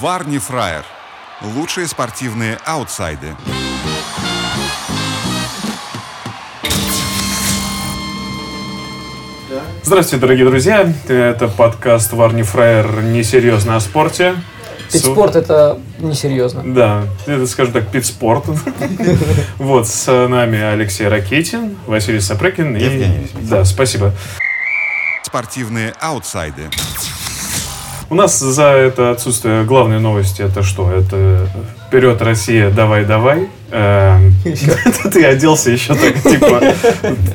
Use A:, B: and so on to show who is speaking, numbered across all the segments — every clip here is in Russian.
A: Варни Фраер. Лучшие спортивные аутсайды.
B: Здравствуйте, дорогие друзья. Это подкаст Варни Фраер «Несерьезно о спорте».
C: Ведь
B: Су-
C: спорт это несерьезно.
B: Да, это, скажем так, спорт. Вот, с нами Алексей Ракетин, Василий Сапрыкин и...
A: Евгений Весьмицкий.
B: Да, спасибо.
A: Спортивные аутсайды.
B: У нас за это отсутствие главной новости это что? Это вперед, Россия, давай, давай. Эм, Ты оделся еще так, типа,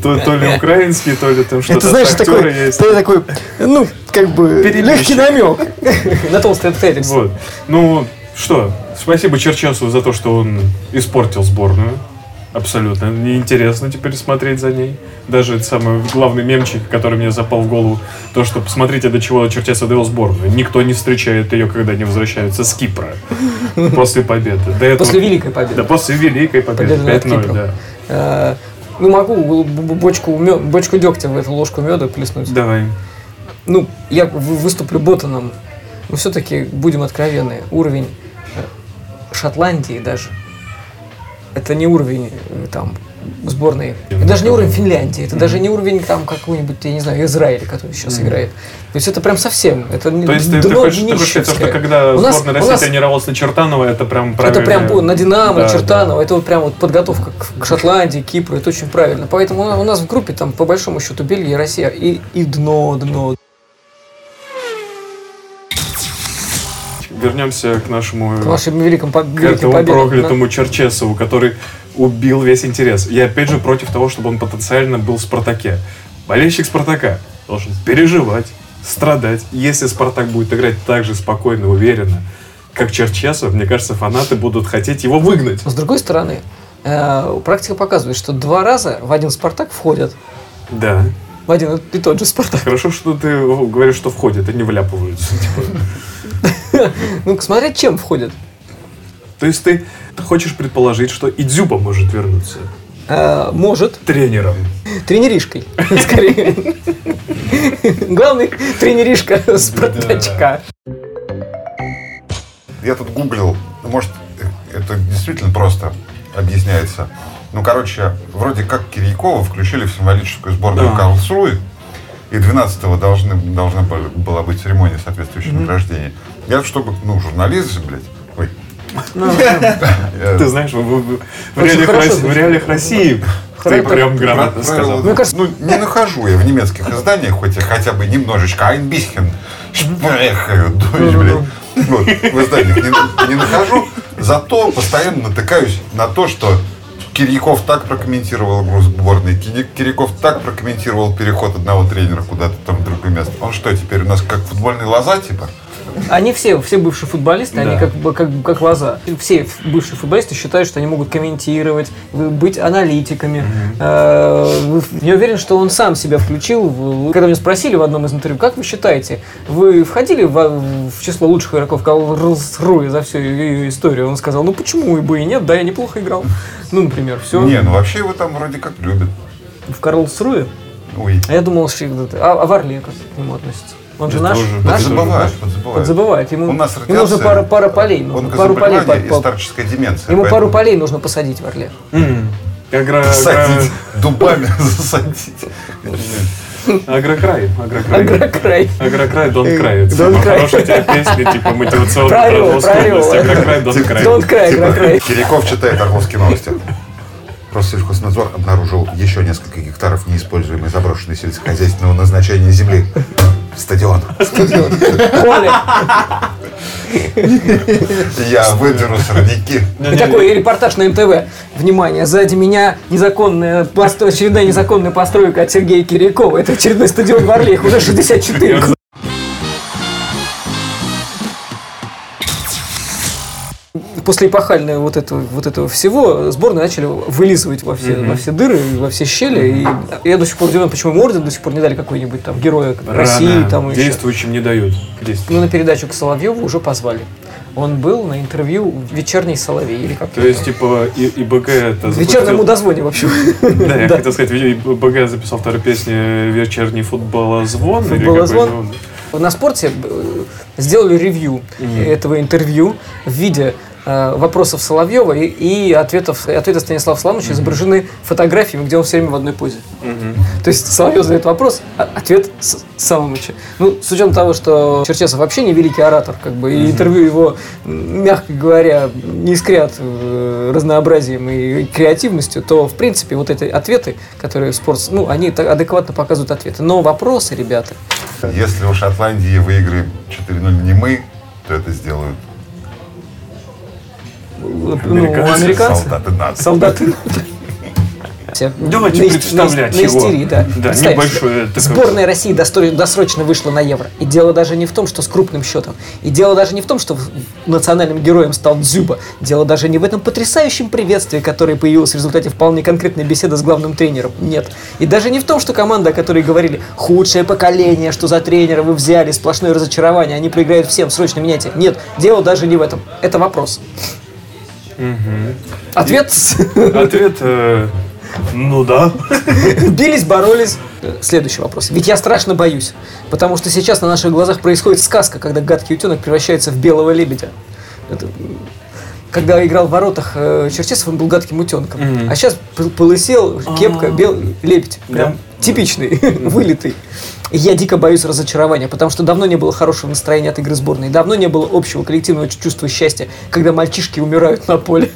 B: то, то ли украинский, то ли там что-то.
D: Это знаешь,
B: Актеры
D: такой,
B: есть.
D: ты такой, ну, как бы,
B: Перебежчик.
D: легкий намек.
C: На толстые обстоятельства.
B: Вот. Ну, что, спасибо Черченцу за то, что он испортил сборную. Абсолютно. Неинтересно теперь смотреть за ней. Даже это самый главный мемчик, который мне запал в голову, то, что посмотрите, до чего Черчес довел сборную. Никто не встречает ее, когда они возвращаются с Кипра после победы. До этого-
C: После Великой Победы.
B: Да, после Великой победы.
C: Победы над
B: 5-0,
C: Кипром.
B: да.
C: Э, Ну, могу б- б- бочку, мё- бочку дегтя в эту ложку меда плеснуть.
B: Давай.
C: Ну, я вы- выступлю ботаном. Но все-таки будем откровенны. Уровень э, Шотландии даже. Это не уровень э, там сборной. Это даже не уровень Финляндии. Это даже не уровень там какой-нибудь, я не знаю, Израиля, который сейчас играет. То есть это прям совсем. Это не
B: То есть ты, ты
C: дно
B: хочешь, ты хочешь сказать, что
C: днищевское.
B: когда
C: У нас-
B: сборная
C: у
B: России
C: нас-
B: тренировалась на Чертанова, это прям правильно.
C: Это прям вот на Динамо,
B: Да,
C: Чертаново, это вот прям вот подготовка к, к Шотландии, Кипру, это очень правильно. Поэтому у нас- у нас в группе там по большому счету Бельгия, Россия и, и дно, дно.
B: Вернемся к нашему
C: К нашему великому по-
B: к
C: великим
B: этому
C: победам.
B: проклятому Черчесову, который убил весь интерес. Я опять же против того, чтобы он потенциально был в Спартаке. Болельщик Спартака должен переживать, страдать. Если Спартак будет играть так же спокойно, уверенно, как Черчесов, мне кажется, фанаты будут хотеть его выгнать.
C: Но С другой стороны, э, практика показывает, что два раза в один Спартак входят,
B: Да.
C: в один и тот же Спартак.
B: Хорошо, что ты говоришь, что входит, а не вляпываются. типа.
C: Ну, смотря чем входят.
B: То есть ты хочешь предположить, что и Дзюба может вернуться
C: Э, может,
B: тренером.
C: тренеришкой, скорее. Главный тренеришка Спартачка.
A: Я тут гуглил, ну, может, э, это действительно просто объясняется. Ну, короче, вроде как Кирьякова включили в символическую сборную
B: Да.
A: Карлсруи, и 12-го должны, должна была- была быть церемония соответствующего награждения. Я, чтобы, ну, журналист же, блядь, ой, э,
B: Ты знаешь, в, в- в
C: Очень
B: реалиях,
C: хорошо
B: Росси- в
C: звучит.
B: реалиях России ты
C: Хорошо.
B: прям
A: Правила-
B: грамотно сказал.
C: Ну, кажется-
A: Ну, не нахожу я в немецких изданиях, хоть и хотя бы немножечко а Айнбисхен, Шпрехаю, Дойч, блядь. Вот, в изданиях не, не нахожу, зато постоянно натыкаюсь на то, что Кирьяков так прокомментировал игру сборной, Кири- Кирьяков так прокомментировал переход одного тренера куда-то там в другое место. Он что, теперь у нас как футбольный лоза, типа?
C: Они все, все бывшие футболисты,
B: Да.
C: они как, бы- как, как лоза. Все ф- бывшие футболисты считают, что они могут комментировать, вы- быть аналитиками. Э, в- Я уверен, что он сам себя включил. в- Когда меня спросили в одном из интервью, как вы считаете, вы входили во- в, число лучших игроков Калрсруи за всю ее историю? Он сказал, ну почему и бы и нет, да, я неплохо играл. Ну, например, все.
A: Не, ну вообще его там вроде как любят.
C: В Карлсруе?
A: Ой,
C: А я думал, что... А, а в Орле как к нему относятся? Он же
B: Это
C: наш?
B: уже
C: наш?
A: подзабывают, подзабывают.
C: Забывает. Ему,
A: У нас
C: ему
A: радиация,
C: нужно пара, пара полей.
A: он
C: нужно, пару полей по-
A: и
C: по-
A: старческая деменция.
C: Ему пару
A: поэтому-
C: полей нужно посадить в Орле.
B: М. Агро-
A: Засадить. Дубами засадить.
B: агро- Агрокрай. Агрокрай.
C: Агрокрай.
B: Агрокрай, Дон Край. Это
C: Don't
B: самая
C: cry.
B: хорошая у тебя песня, типа мотивационная
C: Про
B: про
C: орёл,
B: Орловскую
C: про орёл.
B: область. Агрокрай, Дон Край.
C: Дон Край,
A: Типа,
C: Агрокрай.
A: Киряков читает Орловские новости. Россельхознадзор обнаружил еще несколько гектаров неиспользуемой заброшенной сельскохозяйственного назначения земли. Стадион.
C: Поле.
A: Я выберу сорняки.
C: И такой репортаж на МТВ. Внимание, сзади меня незаконная, посто- очередная незаконная постройка от Сергея Кирякова. Это очередной стадион в Орле, их уже 64. После эпохального вот этого, вот этого всего сборную начали вылизывать во все, во все дыры, во все щели. И я до сих пор удивлен, почему им орден до сих пор не дали какой-нибудь там героя России. Там еще.
B: Действующим не дают. Действующим.
C: Ну, на передачу к Соловьеву уже позвали. Он был на интервью в «Вечерний Соловей» или как
B: То есть, типа, и, ИБГ это...
C: В
B: запустил-
C: вечернем удозвоне, в общем.
B: Да, я
C: Да.
B: хотел сказать, ИБГ записал вторую песню «Вечерний футболозвон». или
C: Футболозвон.
B: какой-то он.
C: На спорте э, сделали ревью этого интервью в виде э, вопросов Соловьева и, и ответов, и ответы Станислава Соломовича изображены фотографиями, где он все время в одной позе. То есть Соловьев задает вопрос, а ответ с- Соломыча. Ну, с учетом того, что Черчесов вообще не великий оратор, как бы, и интервью его, м, мягко говоря, не искрят э, разнообразием и креативностью, то, в принципе, вот эти ответы, которые в спорт, ну, они та- адекватно показывают ответы. Но вопросы, ребята,
A: Если у Шотландии выиграем 4-0 не мы, то это сделают
C: ну,
B: Американцы,
C: американцы,
A: солдаты НАТО.
C: солдаты. Все
B: Давайте
C: на исти-
B: представлять
C: на исти-
B: его.
C: на истерии, да.
B: Да,
C: Представь
B: небольшое
C: себе.
B: такое-
C: Сборная России достро- досрочно вышла на Евро. И дело даже не в том, что с крупным счетом. И дело даже не в том, что в- национальным героем стал Дзюба. Дело даже не в этом потрясающем приветствии, которое появилось в результате вполне конкретной беседы с главным тренером. Нет. И даже не в том, что команда, о которой говорили, худшее поколение, что за тренера вы взяли, сплошное разочарование, они проиграют всем, срочно меняйте. Нет, дело даже не в этом. Это вопрос. Ответ
B: Ответ, э, ну да.
C: Бились, боролись. Э, Следующий вопрос. Ведь я страшно боюсь, потому что сейчас на наших глазах происходит сказка, когда гадкий утенок превращается в белого лебедя. Это, м, когда играл в воротах э, Черчесов, он был гадким утенком. А сейчас пол- полысел, кепка, белый лебедь. Прям типичный, вылитый. И Я дико боюсь разочарования, потому что давно не было хорошего настроения от игры сборной, давно не было общего коллективного чувства счастья, когда мальчишки умирают на поле.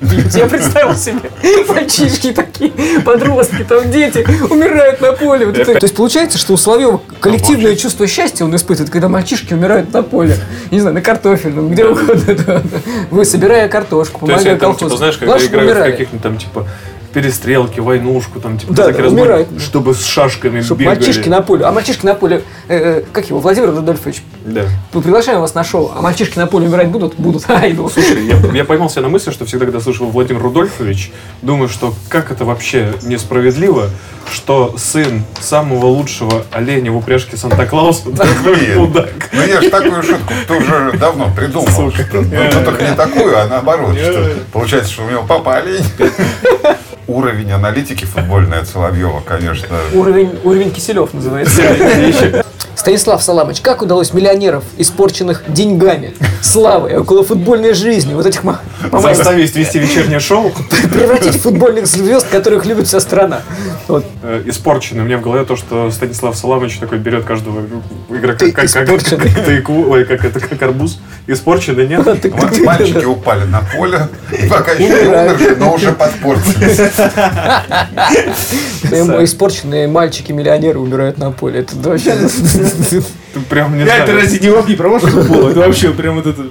C: Блин, Я представил себе, мальчишки такие, подростки, там дети умирают на поле. Вот это- То есть получается, что у Соловьева коллективное чувство счастья он испытывает, когда мальчишки умирают на поле. Не знаю, на картофельном, где угодно. да. Вы, собирая картошку,
B: То есть,
C: помогая
B: они там,
C: колхозу.
B: типа, знаешь, когда
C: Ваши
B: играют в
C: умирали.
B: каких-нибудь там, типа, перестрелки, войнушку, там, типа,
C: Да,
B: так и
C: да,
B: разбор-
C: умирают.
B: чтобы с шашками
C: Чтобы
B: бегали.
C: мальчишки на поле. А мальчишки на поле, э, э, как его, Владимир Рудольфович,
B: Да.
C: мы приглашаем вас на шоу, а мальчишки на поле умирать будут? Будут. А, иду.
B: Слушай, я, я поймал себя на мысли, что всегда, когда слышал Владимир Рудольфович, думаю, что как это вообще несправедливо, что сын самого лучшего оленя в упряжке Санта-Клауса такой
A: Блин.
B: мудак.
A: Ну я же такую шутку ты уже давно придумал. что- ну, ну, только не такую, а наоборот. что получается, что у него папа олень. Уровень аналитики футбольной от Соловьева, конечно.
C: Уровень, уровень Киселев называется. Станислав Саламыч, как удалось миллионеров, испорченных деньгами, славой, около футбольной жизни, вот этих ма- мамай,
B: Заставить вести вечернее шоу
C: превратить в футбольных звезд, которых любит вся страна? Вот.
B: э, испорчено. У меня в голове то, что Станислав Саламович такой берет каждого игрока
C: Ты
B: как, как, как,
C: испорченный.
B: тыкву, ой, как это, как арбуз. Испорченный, нет?
C: Ты-
A: М- Мальчики упали на поле, и пока еще не умерли, но уже подпортились.
C: ты- ты- Испорченные мальчики-миллионеры умирают на поле. Это вообще...
B: Ты прям не
E: Я это
B: знаю.
E: разве не вам не провожу футбол? Это вообще прям вот это...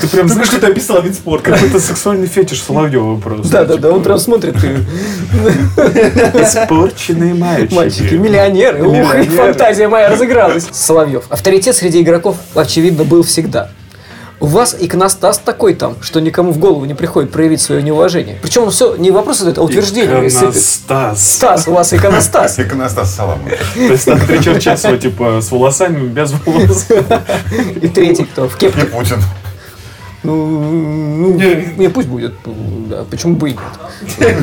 B: Ты прям
E: Только что ты описал вид спорта.
B: какой-то сексуальный фетиш Соловьева просто.
C: Да-да-да, он прям смотрит и...
B: Испорченные мальчики.
C: Мальчики, миллионеры, ух, и
B: Миллионеры.
C: фантазия моя разыгралась. Соловьев. Авторитет среди игроков, очевидно, был всегда. У вас иконостас такой там, что никому в голову не приходит проявить свое неуважение. Причем он все не вопрос задает, а утверждение. Если ты-
B: Иконостас.
C: Стас, у вас иконостас.
A: Иконостас Саламович.
B: То есть там три черчесова, типа, с волосами, без волос.
C: И третий кто? В
A: И
C: кепке.
A: Путин.
C: Ну, ну, не, пусть будет. Да, почему бы и нет?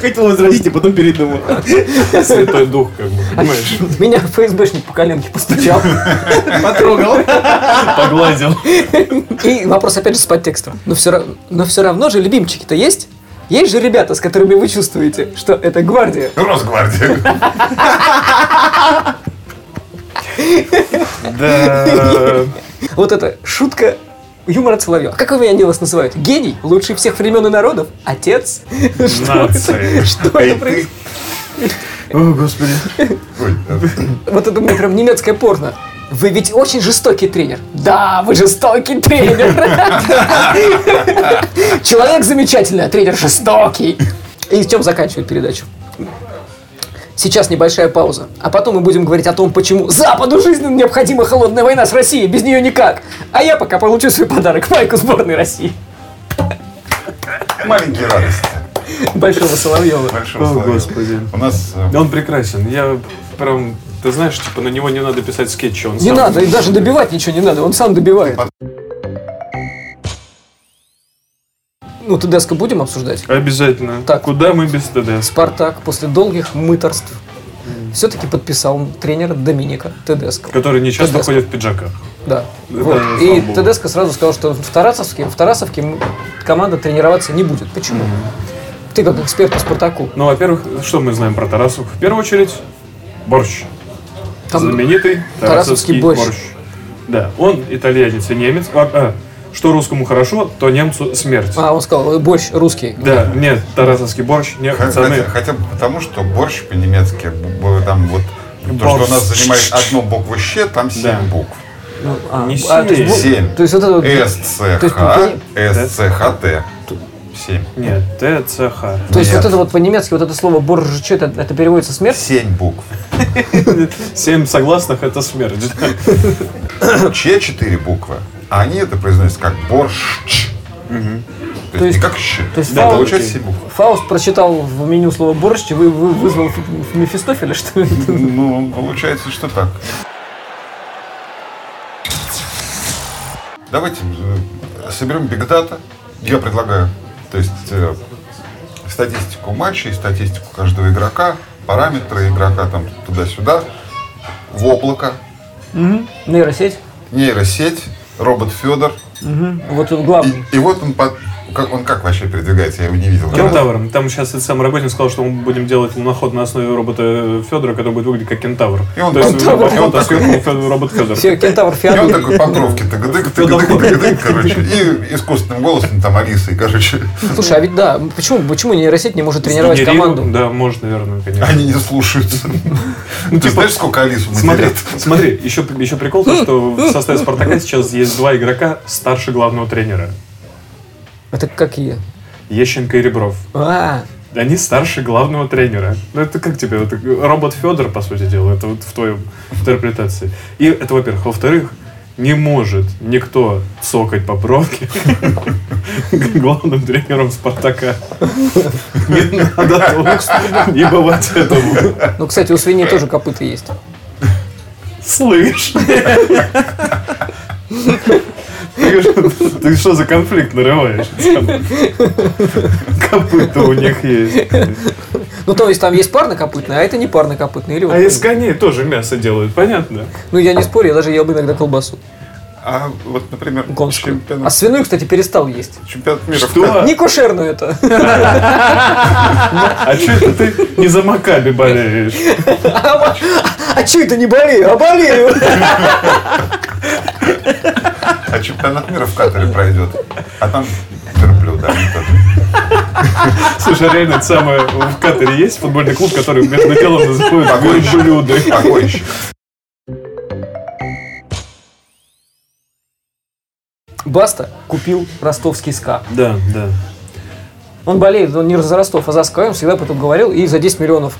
E: Хотел возразить, а потом передумал.
B: Святой дух, как бы, понимаешь?
C: Меня ФСБшник по коленке постучал.
E: Потрогал.
B: Погладил.
C: И вопрос опять же с подтекстом. Но все, ра- но все равно же любимчики-то есть? Есть же ребята, с которыми вы чувствуете, что это гвардия.
A: Росгвардия.
B: Да.
C: Вот это шутка юмора от Соловьева. Как его они вас называют? Гений? Лучший всех времен и народов? Отец? Что
B: Нации.
C: это? Что это происходит?
B: О, господи.
A: Ой,
C: Вот это у меня прям немецкое порно. Вы ведь очень жестокий тренер. Да, вы жестокий тренер. Человек замечательный, а тренер жестокий. И чем заканчивает передачу? Сейчас небольшая пауза, а потом мы будем говорить о том, почему Западу жизненно необходима холодная война с Россией, без нее никак. А я пока получу свой подарок, майку сборной России.
A: Маленькие радости.
C: Большого Соловьева.
A: Большого
B: О,
A: Соловьева.
B: господи.
A: У нас э,
C: Ну,
B: Да Он прекрасен. Я прям, ты знаешь, типа на него не надо писать скетчи. Он
C: Не
B: сам-
C: надо, и даже добивать ничего не надо, он сам добивает. Ну, Тедеско будем обсуждать?
B: Обязательно.
C: Так.
B: Куда мы без ТДС?
C: Спартак после долгих мыторств все-таки подписал тренера Доминика Тедеско.
B: Который не часто
C: Тедеско.
B: ходит в пиджаках.
C: Да.
B: Да,
C: Вот.
B: слава
C: И
B: богу.
C: Тедеско сразу сказал, что в Тарасовске, в Тарасовке м- команда тренироваться не будет. Почему? Ты как эксперт по Спартаку.
B: Ну, во-первых, что мы знаем про Тарасов? В первую очередь, борщ.
C: Там
B: Знаменитый тарасовский
C: тарасовский борщ.
B: борщ. Да, он итальянец и немец. А, а, что русскому хорошо, то немцу смерть.
C: А, он сказал, «Э, борщ русский.
B: Да, нет, тарасовский борщ, нет,
A: Х-
B: пацаны.
A: Хотя, хотя бы потому, что борщ по-немецки, б- б- там вот то, что у нас
B: Борщ.
A: занимает одну букву «щ», там семь
B: Да.
A: букв.
C: Ну, а,
B: Не Э,
C: а, то есть,
B: сильный.
C: вот-
A: Семь. Э,
C: то есть вот это вот- то есть,
A: СЦХ,
C: пони-
A: СЦХТ. Семь.
B: Нет, ТЦХ.
C: то есть
A: Нет.
C: вот это вот по-немецки, вот это слово боржичо, это, это переводится смерть?
A: Семь букв.
B: Семь согласных – это смерть.
A: Че четыре буквы. А они это произносят как борщ. То,
C: То есть-
A: есть не как щ.
C: то есть
A: да,
C: фау-
A: получается семь букв.
C: Фауст прочитал в меню слово борщ и вы, вы- вызвал Ф- Ф- Мефистофеля, что ли?
A: Ну, получается, что так. Давайте э, соберем бигдата. Я предлагаю. То есть э, статистику матчей, статистику каждого игрока, параметры игрока там туда-сюда, в облако,
C: Нейросеть.
A: нейросеть, робот Федор.
C: Вот тут главный.
A: И вот он, под- как, он как вообще передвигается, я его не видел.
B: Кентавром. Ну, Там сейчас этот самый работник сказал, что мы будем делать луноход на основе робота Федора, который будет выглядеть как кентавр.
A: И он
B: То есть
A: кентавр.
B: робот Фёдор, а сверху Фё- робот Федор.
C: Все, кентавр
A: И он
C: Феодор.
A: такой по бровке, тыгдык, тыгдык, тыгдык, короче. И искусственным голосом там Алиса, и, короче,
C: Слушай, а ведь да, почему, почему нейросеть не может тренировать команду?
B: Да, может, наверное, конечно.
A: они не слушаются.
C: Ну,
A: Ты
B: типа,
A: знаешь, сколько Алису мы
B: Смотри, смотри, еще, еще прикол, то, что в составе Спартака сейчас есть два игрока старше главного тренера.
C: Это какие?
B: Ещенко и Ребров.
C: А,
B: Они старше главного тренера. Ну это как тебе? вот робот Федор, по сути дела, это вот в твоем интерпретации. И это, во-первых. Во-вторых, не может никто сокать по пробке главным тренером Спартака. Не надо так. Не бывать этому.
C: ну, кстати, у свиней тоже копыта есть.
B: Слышь. Ты что- Ты что за конфликт нарываешь? Копыта у них есть.
C: Ну, то есть там есть парнокопытные, а это не парнокопытные. Или вот-
B: А из коней тоже мясо делают, понятно?
C: Ну, я не спорю, я даже ел бы иногда колбасу
A: А вот, например,
C: конскую. А
A: чемпионат,
C: свиную, кстати, перестал есть.
A: чемпионат мира. в
B: Что?
C: Не кошерную это.
B: А что это ты не за Макаби болеешь?
C: А че это не болею? А болею.
A: Кат- А чемпионат мира в Катаре пройдет. А там верблюда. они тоже.
B: Слушай, а реально, это самое, в Катаре есть футбольный клуб, который между делом называют
A: Погонщик.
B: «Верблюды».
A: Погонщик.
C: Баста купил ростовский СКА.
B: Да, да.
C: Он болеет, он не за Ростов, а за СКА, он всегда потом говорил, и за 10 миллионов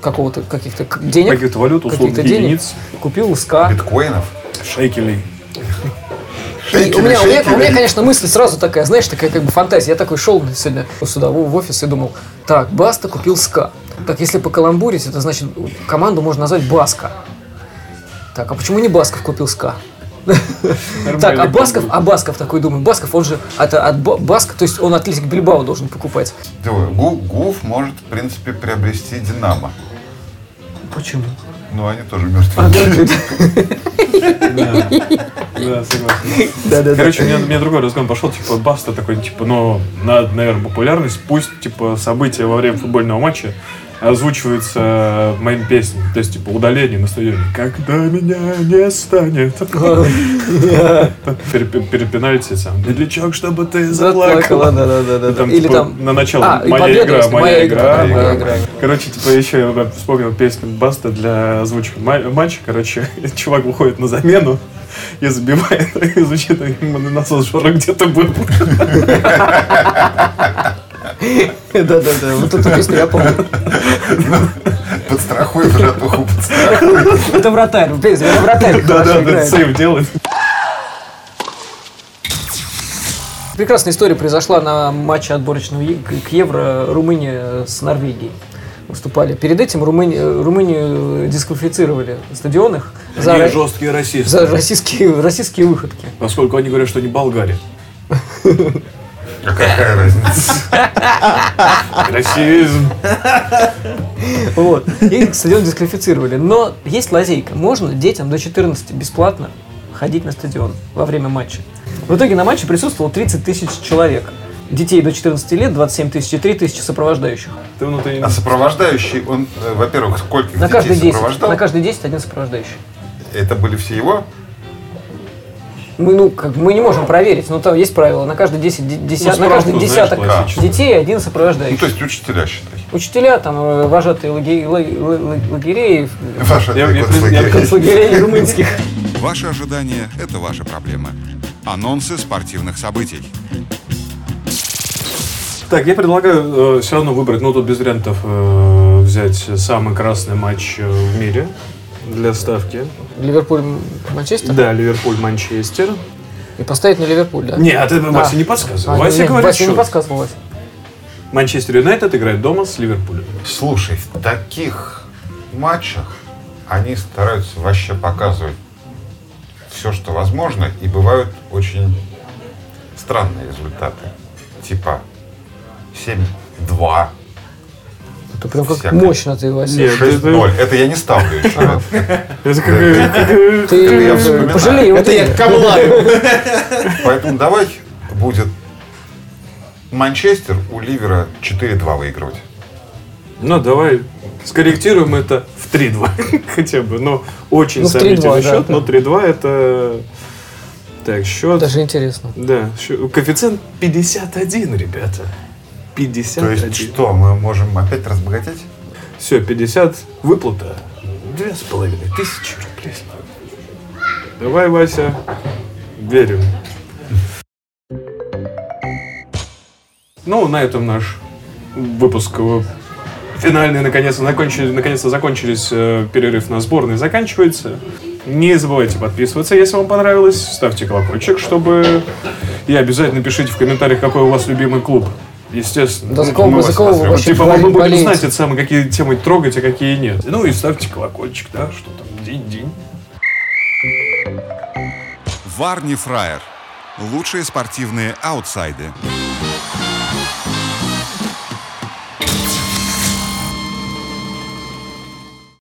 C: какого-то каких-то к- денег,
B: Каких-то валют, условных
C: каких-то денег
B: единиц,
C: купил СКА.
A: Биткоинов.
B: шекелей.
C: И у, меня, у, меня, у меня,
A: Шейкеры.
C: конечно, мысль сразу такая, знаешь, такая как бы фантазия. Я такой шел сегодня сюда, в в офис, и думал, так, Баста купил СКА. Так, если покаламбурить, это значит, команду можно назвать Баска. Так, а почему не Басков купил СКА? Так, а Басков, а Басков такой думаю, Басков, он же от, от Ба- Баска, то есть он Атлетик Бильбао должен покупать.
A: Думаю, Гу- Гуф может, в принципе, приобрести Динамо.
C: Почему?
A: Но они тоже мертвые.
B: Да, согласен. Короче, у меня, у меня другой разгон пошел, типа, Баста такой, типа, ну, надо, наверное, популярность, пусть, типа, события во время футбольного матча озвучиваются моим песням, то есть, типа, удаление на стадионе. Когда меня не станет. Перед пе- перед пенальти сам. Медлячок, чтобы ты заплакала.
C: Заплакала, да, да, да, да.
B: Там,
C: Или
B: типа,
C: там-
B: на начало
C: А, и
B: моя
C: победа
B: игра,
C: есть,
B: моя
C: «Моя игра», да,
B: игра.
C: «Моя
B: да.
C: игра».
B: Короче, типа еще я вспомнил песню Баста для озвучки ма- матча. Короче, чувак выходит на замену и забивает, и звучит насос Жора где-то был.
C: Да, да, да. Вот эту песню я помню.
A: Подстрахуй, братуху, подстрахуй.
C: Это вратарь, блин, это вратарь
B: Да, да,
C: хорошо
B: да,
C: играет.
B: сейв делает.
C: Прекрасная история произошла на матче отборочного Е- к к Евро Румыния с Норвегией выступали. Перед этим Румыни- э, Румынию дисквалифицировали в стадионах за, ра-
B: жесткие расисты.
C: за российские, российские выходки.
B: Поскольку они говорят, что не болгары.
A: А какая разница?
B: Расизм.
C: Вот. И стадион дисквалифицировали. Но есть лазейка. Можно детям до 14 бесплатно ходить на стадион во время матча. В итоге на матче присутствовало 30 тысяч человек. Детей до 14 лет, 27 тысяч и 3 тысячи сопровождающих.
B: Ты внутренний.
A: А сопровождающий, он, э, во-первых, скольких
C: На
A: детей
C: каждый 10,
A: сопровождал?
C: на каждый 10 один сопровождающий.
A: Это были все его?
C: Мы, ну, как, мы не можем проверить, но там есть правило. На каждый 10, де- деся- на
B: справку,
C: каждый
B: знаешь,
C: десяток
B: классическую.
C: детей один
A: Ну,
C: сопровождающий.
A: то есть учителя, считай.
C: Учителя, там, э, вожатые лагерей, лагерей,
A: Ваши
B: Я- я-
A: концлагеря.
B: я-
C: концлагерей румынских.
F: Ваши ожидания – это ваша проблема. Анонсы спортивных событий.
B: Так, я предлагаю все равно выбрать, ну тут без вариантов э, взять самый красный матч э, в мире для ставки.
C: Ливерпуль, Манчестер.
B: Да, Ливерпуль-Манчестер.
C: И поставить на Ливерпуль, да?
B: Нет, это Вася
C: А.
B: не подсказывай.
C: А,
B: Вася
C: нет,
B: говорит,
C: Вася не
B: счет.
C: подсказывал, Вася.
B: Манчестер Юнайтед играет дома с Ливерпулем.
A: Слушай, в таких матчах они стараются вообще показывать все, что возможно, и бывают очень странные результаты. Типа 7-2,
C: Это прям как
A: Всяко.
C: мощно ты, Вася.
B: Нет.
A: 6-0. Это я не ставлю еще раз.
B: Это
A: Это я
C: Ты
A: вспоминаю.
C: пожалей его.
E: Это я
C: денег.
E: камлаю.
A: Поэтому давай будет Манчестер у Ливера 4-2 выигрывать.
B: Ну, давай скорректируем это в 3-2 хотя бы. Ну, очень
C: Ну, в 3-2,
B: сомнительный
C: да,
B: счет,
C: да.
B: но 3-2 это... Так, счет...
C: Даже интересно.
B: Да, щ- коэффициент 51, ребята. 51.
A: То есть что, мы можем опять разбогатеть?
B: Все, 50 выплата. Две с половиной тысячи рублей. Давай, Вася, верим. Ну, на этом наш выпуск э, финальный, наконец-то закончили- наконец-то закончились э, перерыв на сборные, заканчивается. Не забывайте подписываться, если вам понравилось, ставьте колокольчик, чтобы... И обязательно пишите в комментариях, какой у вас любимый клуб. Естественно.
C: До какого, до
A: мы вас
C: какого вы
A: смотрим.
C: вообще
B: Типа мы
C: боле-
B: будем
C: болеете?
B: знать это самое, какие темы трогать, а какие нет. Ну и ставьте колокольчик, да, что там, день-день.
F: Варни Фраер. Лучшие спортивные аутсайды.